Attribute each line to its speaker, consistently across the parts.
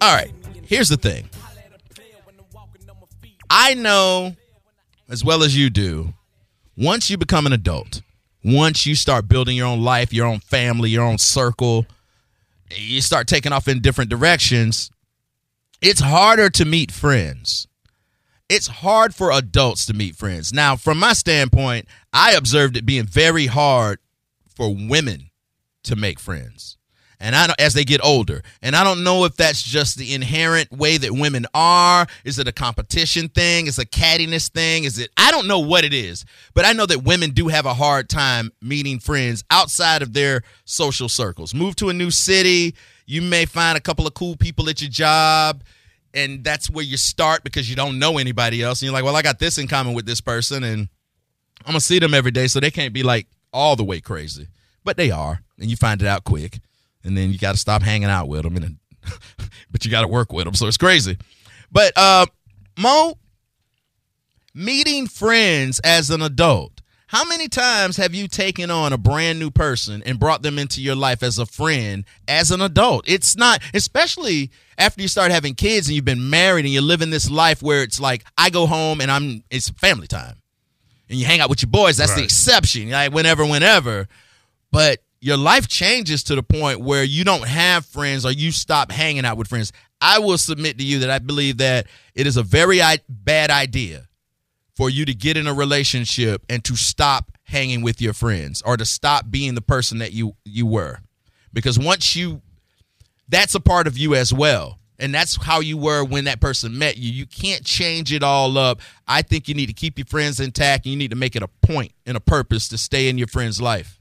Speaker 1: All right. Here's the thing. I know as well as you do, once you become an adult, once you start building your own life, your own family, your own circle, you start taking off in different directions, it's harder to meet friends. It's hard for adults to meet friends. Now, from my standpoint, I observed it being very hard for women to make friends and i don't as they get older and i don't know if that's just the inherent way that women are is it a competition thing is it a cattiness thing is it i don't know what it is but i know that women do have a hard time meeting friends outside of their social circles move to a new city you may find a couple of cool people at your job and that's where you start because you don't know anybody else and you're like well i got this in common with this person and I'm gonna see them every day, so they can't be like all the way crazy, but they are, and you find it out quick, and then you got to stop hanging out with them, and then, but you got to work with them, so it's crazy. But uh, Mo, meeting friends as an adult, how many times have you taken on a brand new person and brought them into your life as a friend as an adult? It's not, especially after you start having kids and you've been married and you're living this life where it's like I go home and I'm it's family time and you hang out with your boys. That's the
Speaker 2: Right.
Speaker 1: exception, like whenever, whenever. But your life changes to the point where you don't have friends or you stop hanging out with friends. I will submit to you that I believe that it is a very I- bad idea for you to get in a relationship and to stop hanging with your friends or to stop being the person that you you were because once you that's a part of you as well. And that's how you were when that person met you. You can't change it all up. I think you need to keep your friends intact and you need to make it a point and a purpose to stay in your friend's life.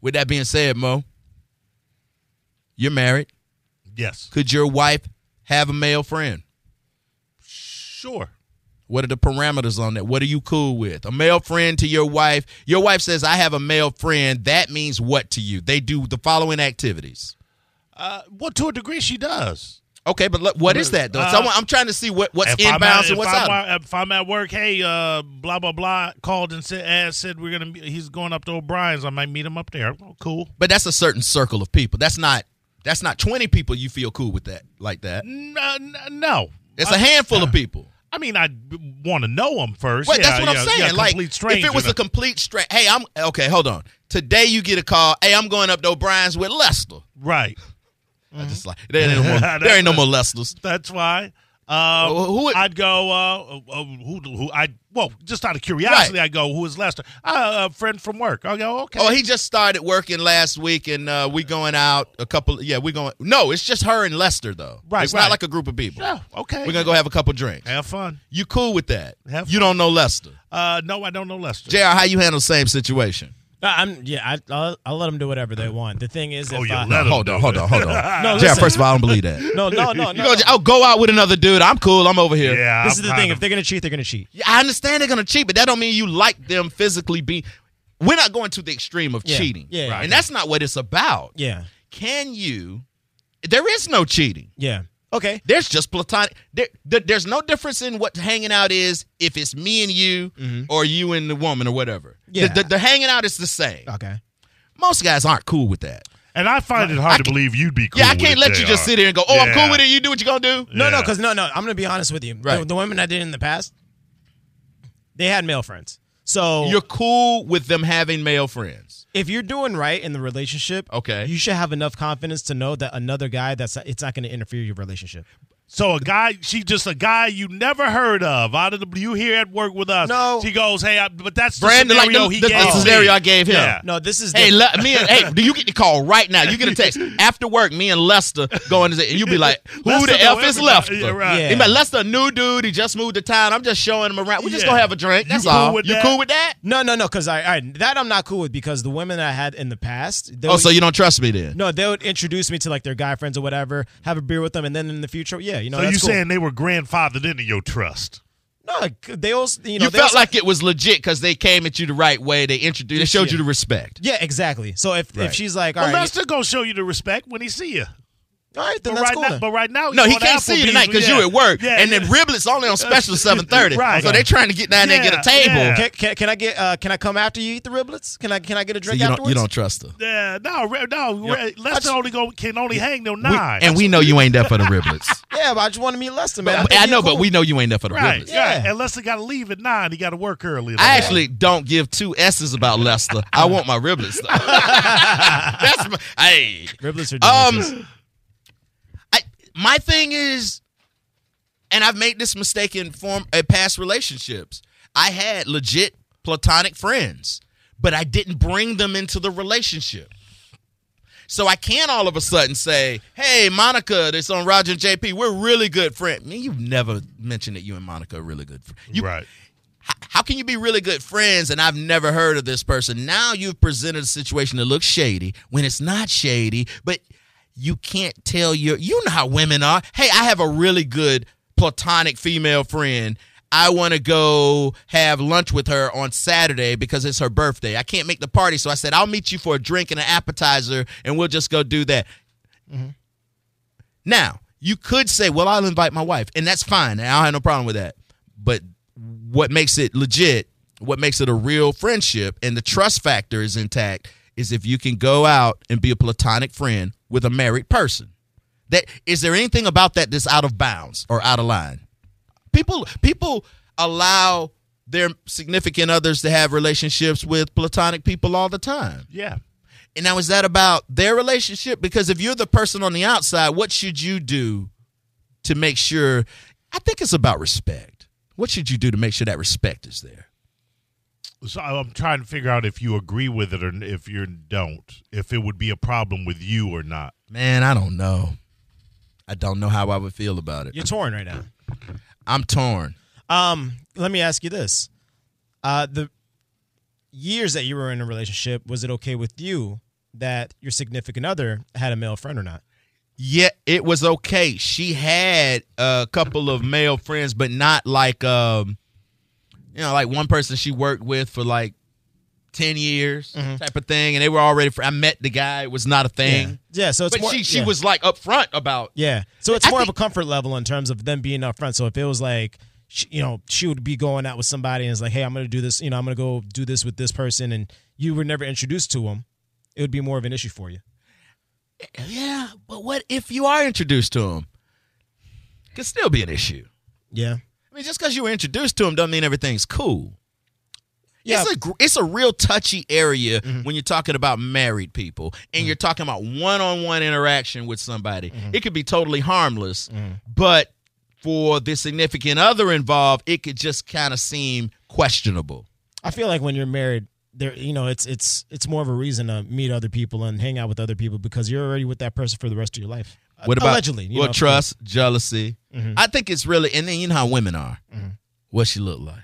Speaker 1: With that being said, Mo, you're married.
Speaker 2: Yes.
Speaker 1: Could your wife have a male friend?
Speaker 2: Sure.
Speaker 1: What are the parameters on that? What are you cool with? A male friend to your wife. Your wife says, I have a male friend. That means what to you? They do the following activities.
Speaker 2: Uh, well, to a degree, she does.
Speaker 1: Okay, but look, what is that though? So
Speaker 2: Uh,
Speaker 1: I'm, I'm trying to see what, what's
Speaker 2: If I'm
Speaker 1: inbounds
Speaker 2: at-
Speaker 1: and what's
Speaker 2: if
Speaker 1: out.
Speaker 2: I'm at- if I'm at work, hey, uh, blah blah blah, called and said, asked, said we're gonna, be, he's going up to O'Brien's. I might meet him up there. Oh, cool.
Speaker 1: But that's a certain circle of people. That's not that's not 20 people you feel cool with that like that.
Speaker 2: N- uh, n- no,
Speaker 1: It's
Speaker 2: I-
Speaker 1: a handful of people.
Speaker 2: I mean, I want to know him first.
Speaker 1: Right,
Speaker 2: Yeah,
Speaker 1: that's what
Speaker 2: yeah,
Speaker 1: I'm saying.
Speaker 2: yeah,
Speaker 1: like
Speaker 2: complete stranger.
Speaker 1: if it was a complete straight, hey, I'm okay, hold on. Today you get a call, hey, I'm going up to O'Brien's with Lester.
Speaker 2: right.
Speaker 1: I just like there ain't no more there ain't no more Lesters.
Speaker 2: Mm-hmm. That's why.
Speaker 1: Well,
Speaker 2: Um,
Speaker 1: who would-
Speaker 2: I'd go. Uh, uh, who? Who? I. Well, just out of curiosity, I go. Who is Lester? Uh, a friend from work. I go. Okay.
Speaker 1: Oh, he just started working last week and uh, we going out a couple yeah, we going No, it's just her and Lester though.
Speaker 2: Right,
Speaker 1: It's
Speaker 2: right.
Speaker 1: not like a group of people.
Speaker 2: Yeah, okay.
Speaker 1: We're gonna go have a couple drinks.
Speaker 2: Have fun.
Speaker 1: You cool with that?
Speaker 2: Have
Speaker 1: you don't know Lester.
Speaker 2: Uh, no, I don't know Lester.
Speaker 1: JR, how you handle the same situation?
Speaker 3: Uh, I'm yeah. I, I'll, I'll let them do whatever they want. The thing is, if
Speaker 2: Oh, you
Speaker 3: I,
Speaker 2: let 'em
Speaker 1: Hold
Speaker 2: do
Speaker 1: on, hold on, hold on.
Speaker 3: No,
Speaker 1: JR,
Speaker 3: listen.
Speaker 1: first of all, I don't believe that.
Speaker 3: no, no, no,
Speaker 1: You
Speaker 3: no.
Speaker 1: go, I'll go out with another dude. I'm cool. I'm over here.
Speaker 2: Yeah.
Speaker 3: This
Speaker 2: I'm
Speaker 3: is the thing.
Speaker 2: kind
Speaker 3: If
Speaker 2: of-
Speaker 3: they're gonna cheat, they're gonna cheat.
Speaker 1: Yeah, I understand they're gonna cheat, but that don't mean you like them physically. Be we're not going to the extreme of
Speaker 3: Yeah.
Speaker 1: cheating,
Speaker 3: Yeah, yeah,
Speaker 1: and
Speaker 3: yeah.
Speaker 1: that's not what it's about.
Speaker 3: Yeah,
Speaker 1: Can you? There is no cheating.
Speaker 3: yeah. Okay.
Speaker 1: There's just platonic. There, there- there's no difference in what hanging out is if it's me and you or you and the woman or whatever.
Speaker 3: Yeah. Uh,
Speaker 1: the, the, the hanging out is the same.
Speaker 3: Okay.
Speaker 1: Most guys aren't cool with that.
Speaker 2: and I find it hard to believe you'd be. Cool
Speaker 1: Yeah, I
Speaker 2: with
Speaker 1: can't
Speaker 2: it,
Speaker 1: let you just
Speaker 2: JR.
Speaker 1: sit here and go, "Oh, I'm cool
Speaker 2: Yeah.
Speaker 1: with it." You do what you gonna do.
Speaker 3: No, no,
Speaker 2: Yeah.
Speaker 3: because no, no. I'm gonna be honest with you.
Speaker 1: Right.
Speaker 3: The, the women I did in the past, they had male friends. So
Speaker 1: You're cool with them having male friends.
Speaker 3: if you're doing right in the relationship,
Speaker 1: Okay.
Speaker 3: you should have enough confidence to know that another guy that's it's not gonna interfere with your relationship.
Speaker 2: So a guy, she just a guy you never heard of out of the you here at work with us.
Speaker 3: No.
Speaker 2: she goes, hey, I, but that's the
Speaker 1: Brandon, like,
Speaker 2: scenario
Speaker 1: the-
Speaker 2: he
Speaker 1: the-
Speaker 2: gave
Speaker 1: the
Speaker 2: me.
Speaker 1: scenario I gave him.
Speaker 2: Yeah.
Speaker 3: No, this is
Speaker 1: Hey,
Speaker 3: the,
Speaker 1: Le- me and hey, do you get the call right now? You get a text after work. Me and Lester going to, and you be like, "Who
Speaker 2: Lester
Speaker 1: the
Speaker 2: know
Speaker 1: f is
Speaker 2: everybody.
Speaker 1: Lester?"
Speaker 2: Yeah, right.
Speaker 3: Yeah.
Speaker 1: He be like, Lester, a new dude. He just moved to town. I'm just showing him around. We just
Speaker 2: Yeah.
Speaker 1: gonna have a drink.
Speaker 2: You
Speaker 1: That's
Speaker 2: cool
Speaker 1: all.
Speaker 2: with
Speaker 1: you
Speaker 2: that?
Speaker 1: cool with that?
Speaker 3: no, no, no. Because I, I that I'm not cool with because the women that I had in the past. They
Speaker 1: Oh,
Speaker 3: would-
Speaker 1: so you don't trust me then?
Speaker 3: no, they would introduce me to like their guy friends or whatever, have a beer with them, and then in the future, yeah, you know.
Speaker 2: So
Speaker 3: that's
Speaker 2: you
Speaker 3: cool.
Speaker 2: saying they were grandfathered into your trust?
Speaker 3: no? like, They also, you
Speaker 1: You,
Speaker 3: know, they
Speaker 1: felt
Speaker 3: also-
Speaker 1: like it was legit because they came at you the right way. They introduced, they showed
Speaker 3: yeah.
Speaker 1: you the respect.
Speaker 3: yeah, exactly. So if if she's like, all
Speaker 2: Well,
Speaker 3: right,
Speaker 2: Lester gonna show you the respect when he see you.
Speaker 3: All right, then
Speaker 2: But
Speaker 3: that's
Speaker 2: right
Speaker 3: cool.
Speaker 2: now,
Speaker 3: then.
Speaker 2: but right now,
Speaker 1: No,
Speaker 2: you
Speaker 1: he
Speaker 2: on
Speaker 1: can't see you
Speaker 2: Applebee's,
Speaker 1: tonight because
Speaker 2: yeah.
Speaker 1: you at work,
Speaker 2: Yeah,
Speaker 1: and
Speaker 2: yeah.
Speaker 1: then riblets only on special seven thirty.
Speaker 2: Right.
Speaker 1: So they're trying to get down there and get a
Speaker 2: Yeah,
Speaker 1: table.
Speaker 2: yeah.
Speaker 3: can, can, can I get? Uh, can I come after you eat the riblets? Can I? Can I get a
Speaker 1: So
Speaker 3: drink
Speaker 1: you don't
Speaker 3: afterwards?
Speaker 1: you don't trust her,
Speaker 2: Yeah, no, re- no.
Speaker 1: Yeah.
Speaker 2: re-
Speaker 3: I just-
Speaker 2: Lester only go can only hang till
Speaker 1: We-
Speaker 2: nine.
Speaker 1: and we know you ain't there for the riblets.
Speaker 3: Yeah, but I just want to meet Lester, man.
Speaker 1: I,
Speaker 3: think
Speaker 1: I
Speaker 3: he's
Speaker 1: know,
Speaker 3: cool.
Speaker 1: but we know you ain't there for the
Speaker 2: right,
Speaker 1: riblets.
Speaker 2: yeah.
Speaker 3: Yeah.
Speaker 2: And Lester got to leave at nine. He got to work early.
Speaker 1: I actually don't give two s's about Lester. I want my riblets. Though. That's my, hey.
Speaker 3: riblets are delicious.
Speaker 1: Um, I my thing is, and I've made this mistake in form uh, past relationships. I had legit platonic friends, but I didn't bring them into the relationship. So I can all of a sudden say, "Hey, Monica, this on Roger and JP. We're really good friends." Man, you've never mentioned that you and Monica are really good friends. You,
Speaker 2: right.
Speaker 1: how can you be really good friends and I've never heard of this person? Now you've presented a situation that looks shady when it's not shady, but you can't tell your you know how women are. Hey, I have a really good platonic female friend. I want to go have lunch with her on Saturday because it's her birthday. I can't make the party, so I said I'll meet you for a drink and an appetizer and we'll just go do that. Now, you could say, well, I'll invite my wife, and that's fine. And I don't have no problem with that. But what makes it legit, what makes it a real friendship, and the trust factor is intact, is if you can go out and be a platonic friend with a married person. That is there anything about that that's out of bounds or out of line? People people allow their significant others to have relationships with platonic people all the time.
Speaker 2: Yeah.
Speaker 1: And now is that about their relationship? Because if you're the person on the outside, what should you do to make sure? I think it's about respect. What should you do to make sure that respect is there?
Speaker 2: So I'm trying to figure out if you agree with it or if you don't. If it would be a problem with you or not.
Speaker 1: Man, I don't know. I don't know how I would feel about it.
Speaker 3: You're torn right now.
Speaker 1: I'm torn.
Speaker 3: Um, let me ask you this: uh, the years that you were in a relationship, was it okay with you that your significant other had a male friend or not?
Speaker 1: Yeah, it was okay. She had a couple of male friends, but not like um, you know, like one person she worked with for like ten years type of thing, and they were already. Fr- I met the guy. It was not a thing.
Speaker 3: Yeah. So it's
Speaker 1: but
Speaker 3: more,
Speaker 1: she she
Speaker 3: yeah.
Speaker 1: was like upfront about
Speaker 3: Yeah. So it's
Speaker 1: I
Speaker 3: more
Speaker 1: think-
Speaker 3: of a comfort level in terms of them being upfront. So if it was like, sh you know, she would be going out with somebody and it's like, hey, I'm going to do this, you know, I'm going to go do this with this person, and you were never introduced to them, it would be more of an issue for you.
Speaker 1: yeah. But what if you are introduced to him? Could still be an issue.
Speaker 3: Yeah.
Speaker 1: I mean, just because you were introduced to him doesn't mean everything's cool.
Speaker 3: Yeah. Mm-hmm.
Speaker 1: It's a gr- it's a real touchy area when you're talking about married people and you're talking about one-on-one interaction with somebody.
Speaker 3: Mm-hmm.
Speaker 1: It could be totally harmless, but for the significant other involved, it could just kind of seem questionable.
Speaker 3: I feel like when you're married, there, you know, it's it's it's more of a reason to meet other people and hang out with other people because you're already with that person for the rest of your life.
Speaker 1: What about
Speaker 3: Uh, allegedly? You
Speaker 1: well,
Speaker 3: know, Mm-hmm.
Speaker 1: trust, jealousy. I think it's really, and then you know how women are. What she look like.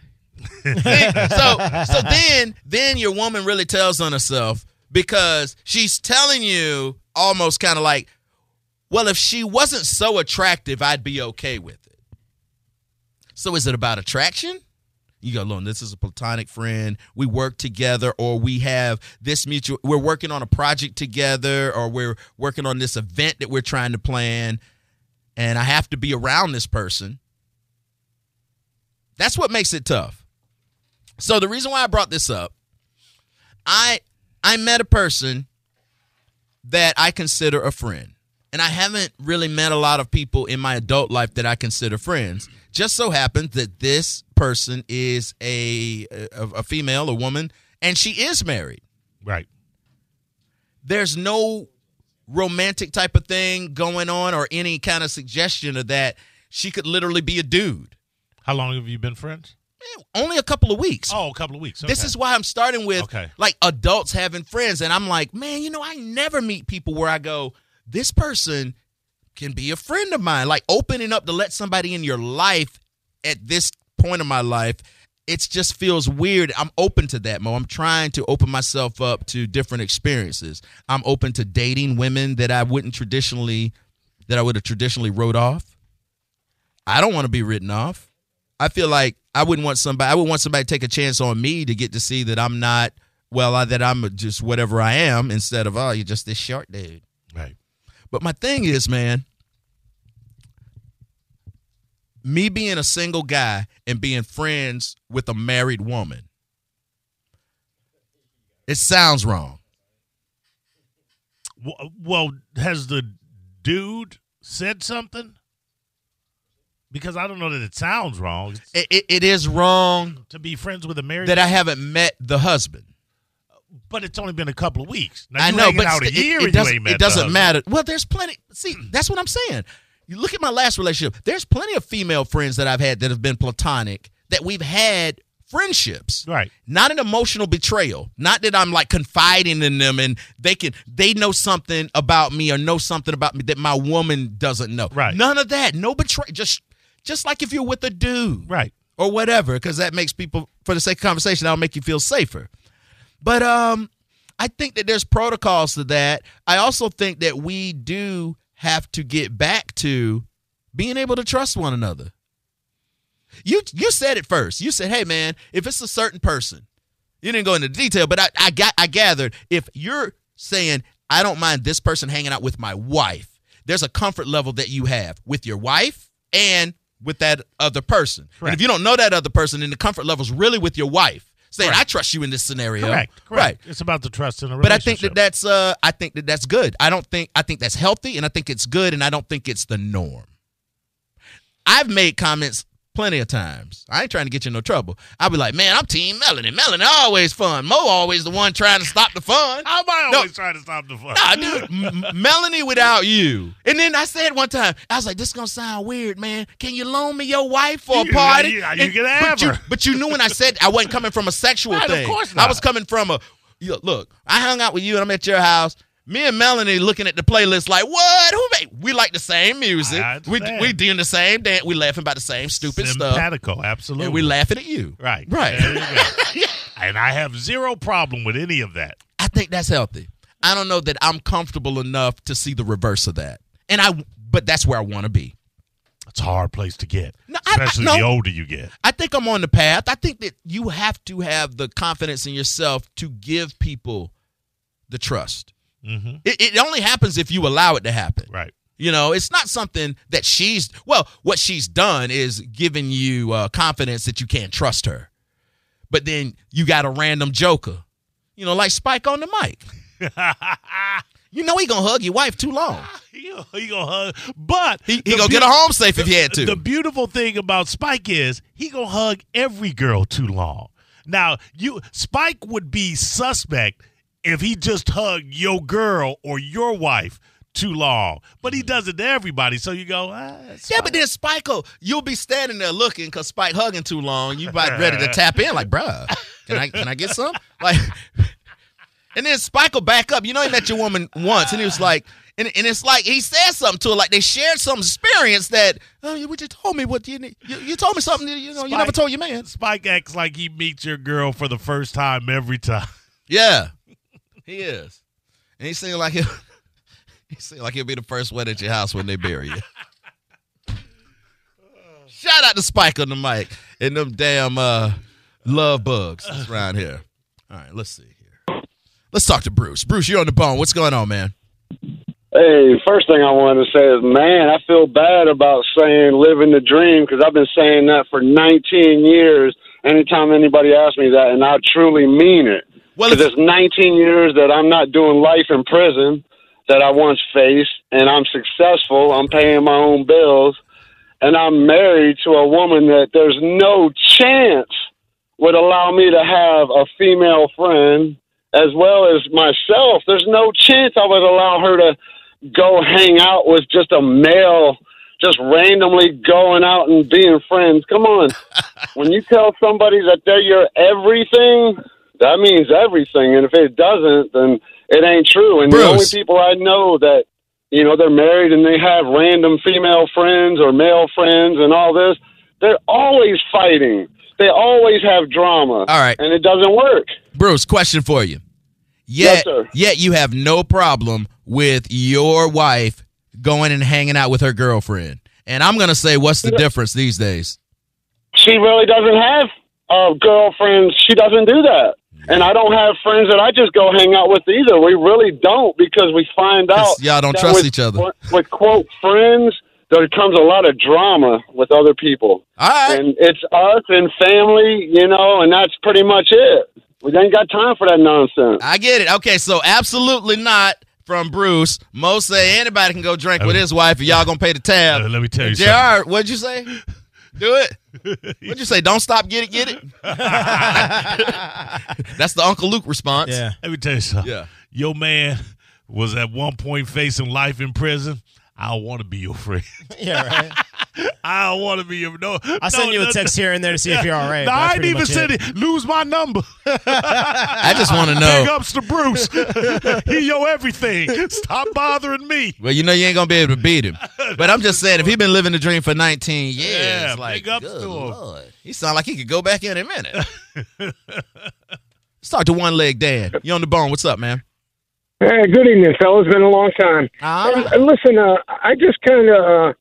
Speaker 1: so so then then your woman really tells on herself because she's telling you almost kind of like, well, if she wasn't so attractive, I'd be okay with it. So is it about attraction? You go, look, this is a platonic friend. We work together, or we have this mutual. We're working on a project together, or we're working on this event that we're trying to plan, and I have to be around this person. That's what makes it tough. So the reason why I brought this up, I I met a person that I consider a friend. And I haven't really met a lot of people in my adult life that I consider friends. Just so happens that this person is a a, a female, a woman, and she is married.
Speaker 2: Right.
Speaker 1: There's no romantic type of thing going on or any kind of suggestion of that. She could literally be a dude.
Speaker 2: How long have you been friends?
Speaker 1: Man, only a couple of weeks.
Speaker 2: Oh, a couple of weeks.
Speaker 1: This
Speaker 2: Okay.
Speaker 1: is why I'm starting with
Speaker 2: Okay.
Speaker 1: like adults having friends, and I'm like, man, you know, I never meet people where I go, this person can be a friend of mine. Like opening up to let somebody in your life at this point of my life, it just feels weird. I'm open to that, Mo. I'm trying to open myself up to different experiences. I'm open to dating women that I wouldn't traditionally that I would have traditionally wrote off. I don't want to be written off. I feel like I wouldn't want somebody. I would want somebody to take a chance on me to get to see that I'm not well. I, that I'm just whatever I am instead of oh, you're just this short dude.
Speaker 2: right.
Speaker 1: But my thing is, man, me being a single guy and being friends with a married woman, it sounds wrong.
Speaker 2: W- Well, has the dude said something? Because I don't know that it sounds wrong
Speaker 1: It, it, it is wrong
Speaker 2: to be friends with a married.
Speaker 1: that I haven't met the husband.
Speaker 2: but it's only been a couple of weeks. Now,
Speaker 1: I
Speaker 2: you
Speaker 1: know,
Speaker 2: hanging
Speaker 1: but
Speaker 2: out a
Speaker 1: it, it
Speaker 2: year and you
Speaker 1: doesn't,
Speaker 2: ain't met Hmm.
Speaker 1: it doesn't
Speaker 2: the-
Speaker 1: matter. Well, there's plenty. See, that's what I'm saying. You look at my last relationship. There's plenty of female friends that I've had that have been platonic that we've had friendships.
Speaker 2: Right.
Speaker 1: Not an emotional betrayal. Not that I'm like confiding in them and they can they know something about me or know something about me that my woman doesn't know.
Speaker 2: Right.
Speaker 1: None of that. No betray. Just just like if you're with a dude
Speaker 2: Right.
Speaker 1: or whatever, because that makes people, for the sake of conversation, that'll make you feel safer. But um, I think that there's protocols to that. I also think that we do have to get back to being able to trust one another. You you said it first. You said, "Hey, man, if it's a certain person, you didn't go into detail, but I, I got I gathered if you're saying I don't mind this person hanging out with my wife, there's a comfort level that you have with your wife and with that other person. And if
Speaker 2: Correct.
Speaker 1: you don't know that other person, then the comfort level's really with your wife. Saying I trust you in this scenario.
Speaker 2: Correct. Correct.
Speaker 1: Right.
Speaker 2: It's about the trust in a
Speaker 1: But I
Speaker 2: relationship.
Speaker 1: think that that's uh I think that that's good. I don't think I think that's healthy and I think it's good and I don't think it's the norm. I've made comments plenty of times. I ain't trying to get you in no trouble. I'll be like, man, I'm team Melanie. Melanie always fun. Mo always the one trying to stop the fun.
Speaker 2: How am I
Speaker 1: No.
Speaker 2: always trying to stop the fuck?
Speaker 1: Nah, dude, M- M- Melanie without you. And then I said one time, I was like, "This gonna sound weird, man. Can you loan me your wife for a
Speaker 2: You-
Speaker 1: party?"
Speaker 2: you- you
Speaker 1: And-
Speaker 2: can
Speaker 1: but
Speaker 2: have
Speaker 1: you,
Speaker 2: her.
Speaker 1: but you knew when I said I wasn't coming from a sexual
Speaker 2: Right, of
Speaker 1: thing.
Speaker 2: course
Speaker 1: I
Speaker 2: not.
Speaker 1: was coming from a you know, look. I hung out with you, and I'm at your house. Me and Melanie looking at the playlist like, "What? Who made? We like the same music.
Speaker 2: I
Speaker 1: We
Speaker 2: understand.
Speaker 1: we doing the same dance. We laughing about the same stupid stuff,
Speaker 2: Simpatico, absolutely.
Speaker 1: and we laughing at you.
Speaker 2: Right.
Speaker 1: right.
Speaker 2: There you go. and I have zero problem with any of that.
Speaker 1: I think that's healthy. I don't know that I'm comfortable enough to see the reverse of that. And I but that's where I want to be.
Speaker 2: It's a hard place to get,
Speaker 1: No, I- I-
Speaker 2: especially
Speaker 1: no.
Speaker 2: the older you get.
Speaker 1: I think I'm on the path. I think that you have to have the confidence in yourself to give people the trust.
Speaker 2: hmm
Speaker 1: It, it only happens if you allow it to happen.
Speaker 2: Right.
Speaker 1: You know, it's not something that she's well, what she's done is given you uh, confidence that you can't trust her. But then you got a random joker. You know, like Spike on the mic. You know he gonna hug your wife too long.
Speaker 2: he, he gonna hug, but
Speaker 1: He, he
Speaker 2: the
Speaker 1: gonna
Speaker 2: beau-
Speaker 1: get her home safe if he had to.
Speaker 2: The beautiful thing about Spike is he gonna hug every girl too long. Now you, Spike would be suspect if he just hugged your girl or your wife too long, but he does it to everybody. So you go, ah, it's
Speaker 1: Mm. yeah,
Speaker 2: fine.
Speaker 1: but then Spike, will- you'll be standing there looking because Spike hugging too long. You about ready to tap in, like, bruh, can I can I get some? Like, and then Spike will back up. You know, he met your woman once, and he was like, and, and it's like he said something to her, like they shared some experience that, oh, you you told me what you need. You, you told me something that, you know you never
Speaker 2: Spike.
Speaker 1: told your man.
Speaker 2: Spike acts like he meets your girl for the first time every time.
Speaker 1: Yeah, he is, and he seemed like he, he seemed like he'll be the first one at your house when they bury you. Shout out to Spike on the mic and them damn uh, love bugs that's around here. All right, let's see here. Let's talk to Bruce. Bruce, you're on the bone. What's going on, man?
Speaker 4: Hey, first thing I wanted to say is, man, I feel bad about saying living the dream because I've been saying that for 19 years. Anytime anybody asks me that, and I truly mean it.
Speaker 1: Well,
Speaker 4: Because
Speaker 1: if,
Speaker 4: it's 19 years that I'm not doing life in prison that I once faced, and I'm successful. I'm paying my own bills, and I'm married to a woman that there's no chance would allow me to have a female friend as well as myself. There's no chance I would allow her to go hang out with just a male, just randomly going out and being friends. Come on. when you tell somebody that they're your everything, that means everything. And if it doesn't, then it ain't true. And the only
Speaker 1: Bruce.
Speaker 4: people I know that, you know, they're married and they have random female friends or male friends and all this, they're always fighting. They always have drama.
Speaker 1: All right.
Speaker 4: And it doesn't work.
Speaker 1: Bruce, question for you. Yet,
Speaker 4: Yes, sir.
Speaker 1: Yet you have no problem with your wife going and hanging out with her girlfriend. And I'm gonna say, what's the difference these days?
Speaker 4: she really doesn't have uh, girlfriends. She doesn't do that. And I don't have friends that I just go hang out with either. We really don't because we find out
Speaker 1: 'Cause y'all don't
Speaker 4: that
Speaker 1: trust
Speaker 4: with-
Speaker 1: each other.
Speaker 4: With quote friends, there comes a lot of drama with other people,
Speaker 1: All right.
Speaker 4: and it's us and family, you know, and that's pretty much it. We ain't got time for that nonsense.
Speaker 1: I get it. Okay, so absolutely not from Bruce. Mo say anybody can go drink with his wife if y'all gonna pay the tab.
Speaker 2: Uh, let me tell you
Speaker 1: JR, what'd you say? Do it. What'd you say? Don't stop, get it, get it. That's the Uncle Luke response.
Speaker 3: Yeah.
Speaker 2: Let me tell you something.
Speaker 1: Yeah.
Speaker 2: Your man was at one point facing life in prison. I don't want to be your friend.
Speaker 3: Yeah, right.
Speaker 2: I don't want to be your no.
Speaker 3: I send
Speaker 2: no,
Speaker 3: you
Speaker 2: no,
Speaker 3: a text here and there to see if you're all right.
Speaker 2: No,
Speaker 3: but
Speaker 2: I
Speaker 3: that's
Speaker 2: ain't
Speaker 3: pretty
Speaker 2: even
Speaker 3: much
Speaker 2: said it. Lose my number.
Speaker 1: I just want to
Speaker 2: Big
Speaker 1: know.
Speaker 2: ups to Bruce. he yo everything. Stop bothering me.
Speaker 1: Well, you know you ain't gonna be able to beat him. But I'm just saying, if he been living the dream for 19 years,
Speaker 2: Yeah,
Speaker 1: like,
Speaker 2: big ups
Speaker 1: good
Speaker 2: to him.
Speaker 1: Lord. he sound like he could go back in a minute. Start to one leg Dan. You on the bone? What's up, man?
Speaker 5: Hey, good evening, fellas. Been a long time. And, and listen, uh, I just kind of uh,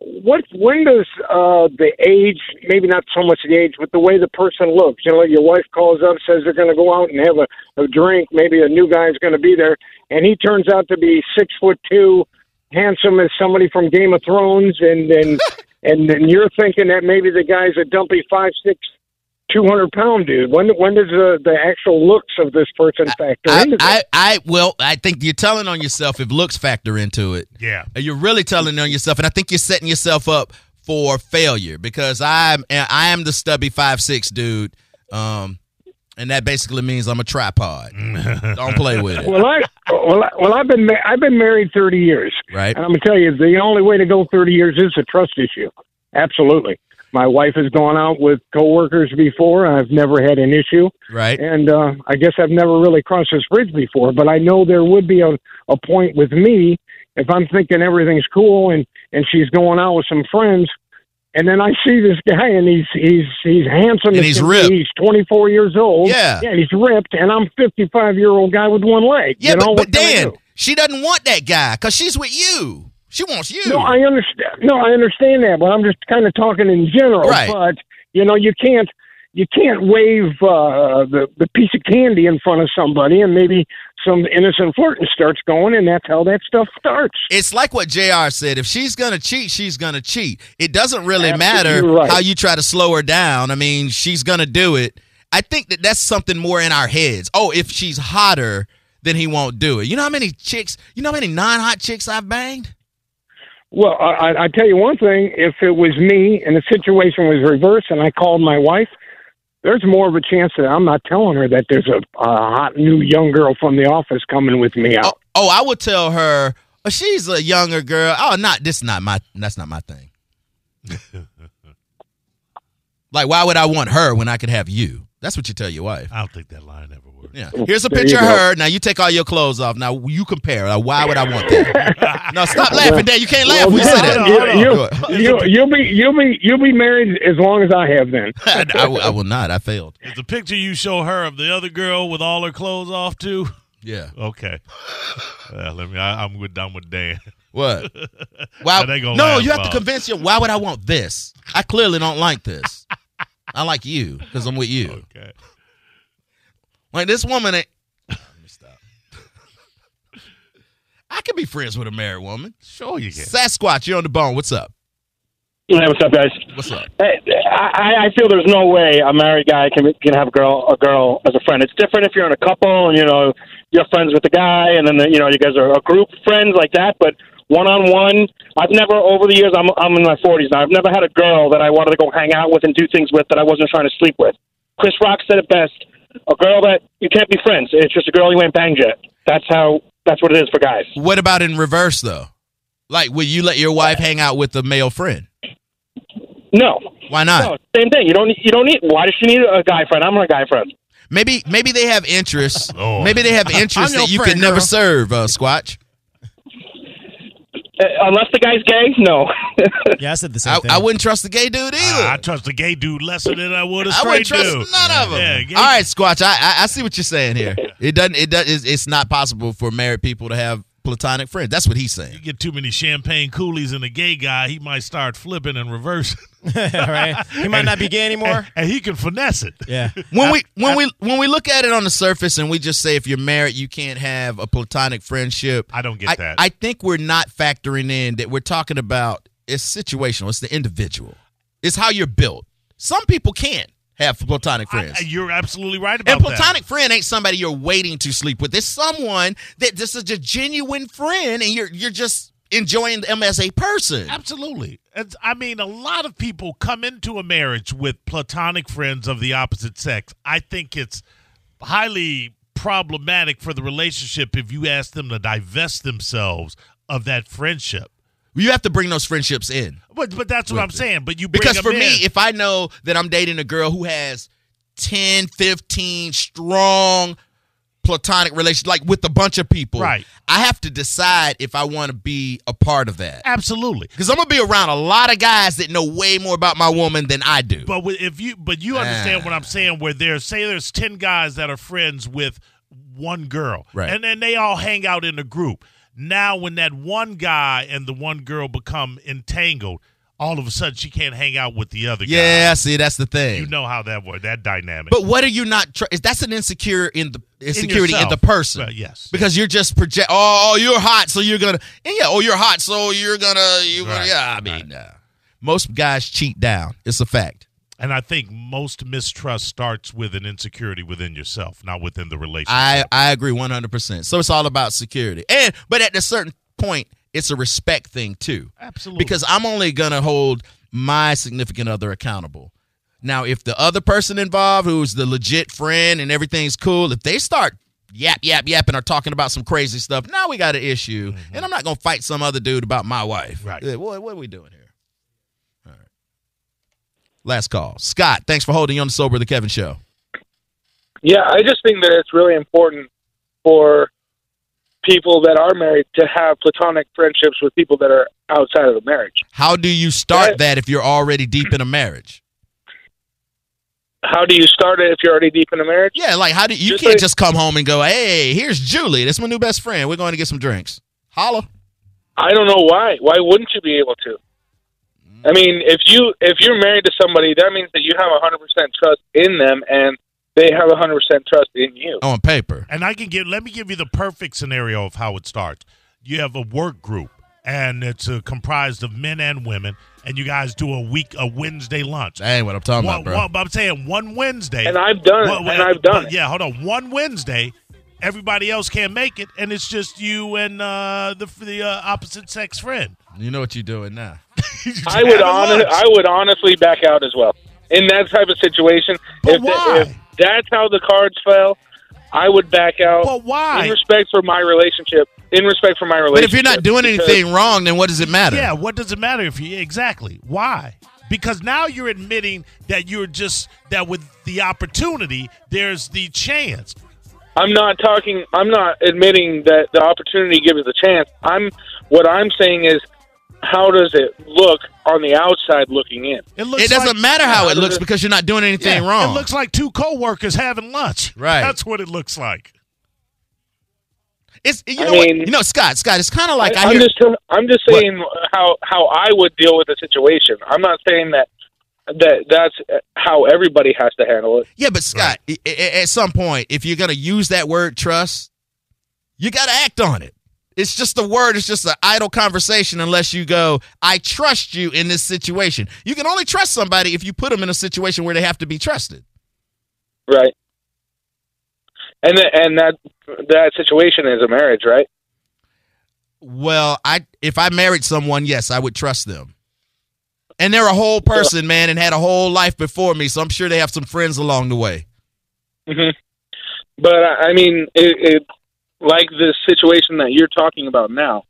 Speaker 5: what when does uh, the age? Maybe not so much the age, but the way the person looks. You know, your wife calls up, says they're going to go out and have a, a drink. Maybe a new guy's going to be there, and he turns out to be six foot two, handsome as somebody from Game of Thrones, and and and then you're thinking that maybe the guy's a dumpy five six. Two hundred pound dude. When when does the, the actual looks of this person factor
Speaker 1: I,
Speaker 5: into this?
Speaker 1: I, I, well, I think you're telling on yourself if looks factor into it.
Speaker 2: Yeah.
Speaker 1: And You're really telling on yourself, and I think you're setting yourself up for failure because I'm, I am the stubby five six dude, um, and that basically means I'm a tripod. Don't play with it,
Speaker 5: well, I well, I, well, I've been ma- I've been married thirty years,
Speaker 1: right?
Speaker 5: and I'm gonna tell you the only way to go thirty years is a trust issue. Absolutely, my wife has gone out with coworkers before. I've never had an issue,
Speaker 1: Right?
Speaker 5: and uh, I guess I've never really crossed this bridge before. But I know there would be a, a point with me if I'm thinking everything's cool and and she's going out with some friends. And then I see this guy, and he's he's he's handsome.
Speaker 1: And
Speaker 5: as
Speaker 1: he's
Speaker 5: can be.
Speaker 1: ripped.
Speaker 5: He's 24 years old.
Speaker 1: Yeah.
Speaker 5: yeah, he's ripped, and I'm 55 year old guy with one leg.
Speaker 1: Yeah,
Speaker 5: you know,
Speaker 1: but, but
Speaker 5: what can I
Speaker 1: Dan,
Speaker 5: do?
Speaker 1: she doesn't want that guy because she's with you. She wants you.
Speaker 5: No, I understand. No, I understand that, but I'm just kind of talking in general.
Speaker 1: Right.
Speaker 5: But you know, you can't you can't wave uh, the the piece of candy in front of somebody, and maybe some innocent flirting starts going, and that's how that stuff starts.
Speaker 1: it's like what JR said. If she's going to cheat, she's going to cheat. It doesn't really
Speaker 5: Absolutely
Speaker 1: matter
Speaker 5: right.
Speaker 1: how you try to slow her down. I mean, she's going to do it. I think that that's something more in our heads. Oh, if she's hotter, then he won't do it. You know how many chicks, you know how many non hot chicks I've banged?
Speaker 5: Well, I, I I tell you one thing: if it was me and the situation was reversed, and I called my wife, there's more of a chance that I'm not telling her that there's a, a hot new young girl from the office coming with me out.
Speaker 1: Oh, oh, I would tell her, oh, she's a younger girl. Oh, not this not my that's not my thing. like why would I want her when I could have you? That's what you tell your wife.
Speaker 2: I don't think that line ever worked.
Speaker 1: Yeah. Here's a
Speaker 5: There you
Speaker 1: picture of
Speaker 5: go.
Speaker 1: her. Now you take all your clothes off. Now you compare. Now, why would I want that? no, stop laughing, Dad. You can't laugh. when you say
Speaker 5: Well,
Speaker 1: that.
Speaker 2: hold on,
Speaker 5: you-
Speaker 1: hold on.
Speaker 5: you- you- Oh, You'll be you'll be you'll be married as long as I have. Then
Speaker 1: I, w- I will not. I failed.
Speaker 2: Is the picture you show her of the other girl with all her clothes off too?
Speaker 1: Yeah.
Speaker 2: Okay. Uh, let me. I, I'm with. I'm with Dan.
Speaker 1: What? Why?
Speaker 2: That ain't gonna
Speaker 1: No,
Speaker 2: last
Speaker 1: you have to
Speaker 2: long.
Speaker 1: convince you. Why would I want this? I clearly don't like this. I like you because I'm with you.
Speaker 2: Okay.
Speaker 1: Like this woman. Ain't- Let me stop. I can be friends with a married woman.
Speaker 2: Sure you can.
Speaker 1: Sasquatch, you're on the bone. What's up?
Speaker 6: Hey, what's up, guys?
Speaker 1: What's up?
Speaker 6: Hey, I, I feel there's no way a married guy can can have a girl a girl as a friend. It's different if you're in a couple and you know you're friends with the guy, and then you know you guys are a group friends like that. But one on one, I've never over the years. I'm I'm in my 40s now. I've never had a girl that I wanted to go hang out with and do things with that I wasn't trying to sleep with. Chris Rock said it best: a girl that you can't be friends. It's just a girl you ain't banged yet. That's how. That's what it is for guys.
Speaker 1: What about in reverse though? Like, would you let your wife hang out with a male friend?
Speaker 6: No,
Speaker 1: Why not?
Speaker 6: no, same thing. You don't. You don't need. Why does she need a guy friend? I'm her guy friend.
Speaker 1: Maybe, maybe they have interests.
Speaker 2: Lord.
Speaker 1: Maybe they have
Speaker 3: I'm
Speaker 1: interests
Speaker 3: your
Speaker 1: that you
Speaker 3: friend,
Speaker 1: could never
Speaker 3: girl.
Speaker 1: serve. Uh, Squatch.
Speaker 6: Uh, unless the guy's gay, no.
Speaker 3: Yeah, I said the same
Speaker 1: I,
Speaker 3: thing.
Speaker 1: I wouldn't trust the gay dude either.
Speaker 2: I, I trust a gay dude lesser than I would a
Speaker 1: I
Speaker 2: straight
Speaker 1: wouldn't trust
Speaker 2: dude.
Speaker 1: none of them.
Speaker 2: Yeah, gay-
Speaker 1: All right, Squatch. I, I I see what you're saying here. It doesn't. It does. It's, it's not possible for married people to have platonic friends. That's what he's saying.
Speaker 2: You get too many champagne coolies in a gay guy, he might start flipping and reversing.
Speaker 3: All right. He might not be gay anymore.
Speaker 2: And, and he can finesse it.
Speaker 3: Yeah.
Speaker 1: when we when we when we look at it on the surface and we just say if you're married you can't have a platonic friendship
Speaker 2: I don't get
Speaker 1: I,
Speaker 2: that.
Speaker 1: i think we're not factoring in that we're talking about it's situational it's the individual it's how you're built some people can't have platonic friends
Speaker 2: I- you're absolutely right about
Speaker 1: and
Speaker 2: that.
Speaker 1: platonic friend ain't somebody you're waiting to sleep with. It's someone that this is a genuine friend, and you're you're just enjoying them as a person.
Speaker 2: Absolutely. It's, I mean, a lot of people come into a marriage with platonic friends of the opposite sex. I think it's highly problematic for the relationship if you ask them to divest themselves of that friendship.
Speaker 1: You have to bring those friendships in.
Speaker 2: But but that's what I'm saying. But you bring
Speaker 1: Because
Speaker 2: them
Speaker 1: for me,
Speaker 2: in.
Speaker 1: if I know that I'm dating a girl who has 10, 15 strong platonic relations, like with a bunch of people,
Speaker 2: Right.
Speaker 1: I have to decide if I want to be a part of that.
Speaker 2: absolutely.
Speaker 1: Because I'm going to be around a lot of guys that know way more about my woman than I do.
Speaker 2: But with- if you but you understand what I'm
Speaker 1: Ah.
Speaker 2: saying, where there's say there's ten guys that are friends with one girl,
Speaker 1: Right.
Speaker 2: And then they all hang out in a group. Now, when that one guy and the one girl become entangled, all of a sudden she can't hang out with the other
Speaker 1: yeah, see, that's the thing.
Speaker 2: guy. You know how that works. That dynamic.
Speaker 1: But what are you not? Tr- is that's an insecure in the insecurity in,
Speaker 2: yourself.
Speaker 1: the person?
Speaker 2: Well, yes.
Speaker 1: because you're just project. Oh, oh, you're hot, so you're gonna. And yeah, oh, you're hot, so you're gonna. You gonna
Speaker 2: Right,
Speaker 1: yeah, I mean, uh, most guys cheat down. It's a fact.
Speaker 2: and I think most mistrust starts with an insecurity within yourself, not within the relationship.
Speaker 1: I I agree one hundred percent. So it's all about security, and but at a certain point, it's a respect thing too.
Speaker 2: Absolutely.
Speaker 1: because I'm only gonna hold my significant other accountable. Now, if the other person involved, who's the legit friend and everything's cool, if they start yap yap yapping or talking about some crazy stuff, now we got an issue, and I'm not gonna fight some other dude about my wife.
Speaker 2: Mm-hmm. Right.
Speaker 1: Eh, What, what are we doing here? All right. Last call, Scott. Thanks for holding on the sober the Kevin show.
Speaker 4: Yeah, I just think that it's really important for people that are married to have platonic friendships with people that are outside of the marriage.
Speaker 1: How do you start
Speaker 4: Yes.
Speaker 1: that if you're already deep in a marriage?
Speaker 4: How do you start it if you're already deep in a marriage?
Speaker 1: Yeah, like how do you
Speaker 4: Just
Speaker 1: can't
Speaker 4: like-
Speaker 1: just come home and go, "Hey, here's Julie. That's my new best friend. We're going to get some drinks." Holla.
Speaker 4: I don't know why. Why wouldn't you be able to? I mean, if you if you're married to somebody, that means that you have 100% trust in them and they have 100% trust in you.
Speaker 1: on paper.
Speaker 2: And I can give. Let me give you the perfect scenario of how it starts. You have a work group, and it's uh, comprised of men and women, and you guys do a week, a Wednesday lunch.
Speaker 1: That ain't what I'm talking
Speaker 2: One-
Speaker 1: about, bro.
Speaker 2: one- but I'm saying one Wednesday,
Speaker 4: And I've done it,
Speaker 2: Well, well,
Speaker 4: and I've done
Speaker 2: but
Speaker 4: it.
Speaker 2: Yeah, hold on. One Wednesday, everybody else can't make it, and it's just you and uh, the the uh, opposite sex friend.
Speaker 1: You know what you're doing now.
Speaker 2: You just
Speaker 4: I would
Speaker 2: have a
Speaker 4: honest,
Speaker 2: lunch.
Speaker 4: I would honestly back out as well in that type of situation.
Speaker 2: But
Speaker 4: if, the-
Speaker 2: why?
Speaker 4: if that's how the cards fell, I would back out.
Speaker 2: But why?
Speaker 4: In respect for my relationship. In respect for my relationship.
Speaker 1: But if you're not doing
Speaker 4: because-
Speaker 1: anything wrong, then what does it matter?
Speaker 2: Yeah, what does it matter if you exactly why? Because now you're admitting that you're just that with the opportunity, there's the chance.
Speaker 4: I'm not talking. I'm not admitting that the opportunity gives the chance. I'm. What I'm saying is, how does it look on the outside looking in?
Speaker 2: looks
Speaker 1: It doesn't
Speaker 2: like-
Speaker 1: matter how it
Speaker 4: Yeah.
Speaker 1: looks because you're not doing anything
Speaker 2: Yeah,
Speaker 1: wrong.
Speaker 2: It looks like two coworkers having lunch.
Speaker 1: Right.
Speaker 2: That's what it looks like.
Speaker 1: it's you
Speaker 4: I
Speaker 1: know what-
Speaker 4: mean-
Speaker 1: you know Scott Scott. It's kind of like I,
Speaker 4: I, am
Speaker 1: hear
Speaker 4: just. tell- I'm just saying how how I would deal with the situation. I'm not saying that that that's uh, how everybody has to handle it.
Speaker 1: yeah, but Scott, i- i- at some point, if you're gonna use that word trust, you got to act on it. It's just a word. It's just an idle conversation unless you go, I trust you in this situation. You can only trust somebody if you put them in a situation where they have to be trusted.
Speaker 4: Right. And that and that that situation is a marriage, right?
Speaker 1: Well, I if I married someone, yes, I would trust them. And they're a whole person, man, and had a whole life before me, so I'm sure they have some friends along the way.
Speaker 4: But I I mean, it, it like this situation that you're talking about now.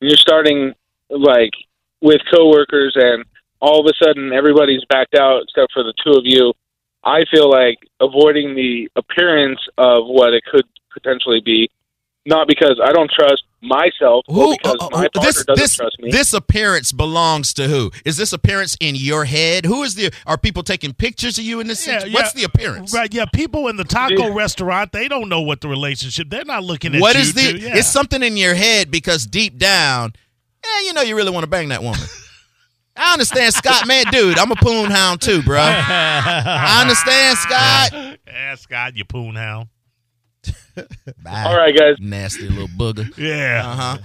Speaker 4: You're starting like with coworkers, and all of a sudden everybody's backed out except for the two of you. I feel like avoiding the appearance of what it could potentially be, not because I don't trust myself, but because
Speaker 1: uh, uh,
Speaker 4: my
Speaker 1: who-
Speaker 4: partner doesn't
Speaker 1: this,
Speaker 4: trust me.
Speaker 1: this appearance belongs to who? Is this appearance in your head? Who is the? Are people taking pictures of you in this?
Speaker 2: Yeah,
Speaker 1: situ-
Speaker 2: yeah.
Speaker 1: What's the appearance?
Speaker 2: Right. Yeah. People in the taco
Speaker 4: Yeah.
Speaker 2: restaurant, they don't know what the relationship. They're not looking at
Speaker 1: What
Speaker 2: you
Speaker 1: is the?
Speaker 2: two, yeah.
Speaker 1: It's something in your head because deep down, eh, you know, you really want to bang that woman. I understand, Scott. Man, dude, I'm a poon hound too, bro. I understand, Scott.
Speaker 2: Yeah, Scott, you poon hound.
Speaker 1: Bye.
Speaker 4: All right, guys.
Speaker 1: Nasty little booger.
Speaker 2: Yeah.
Speaker 1: Uh huh.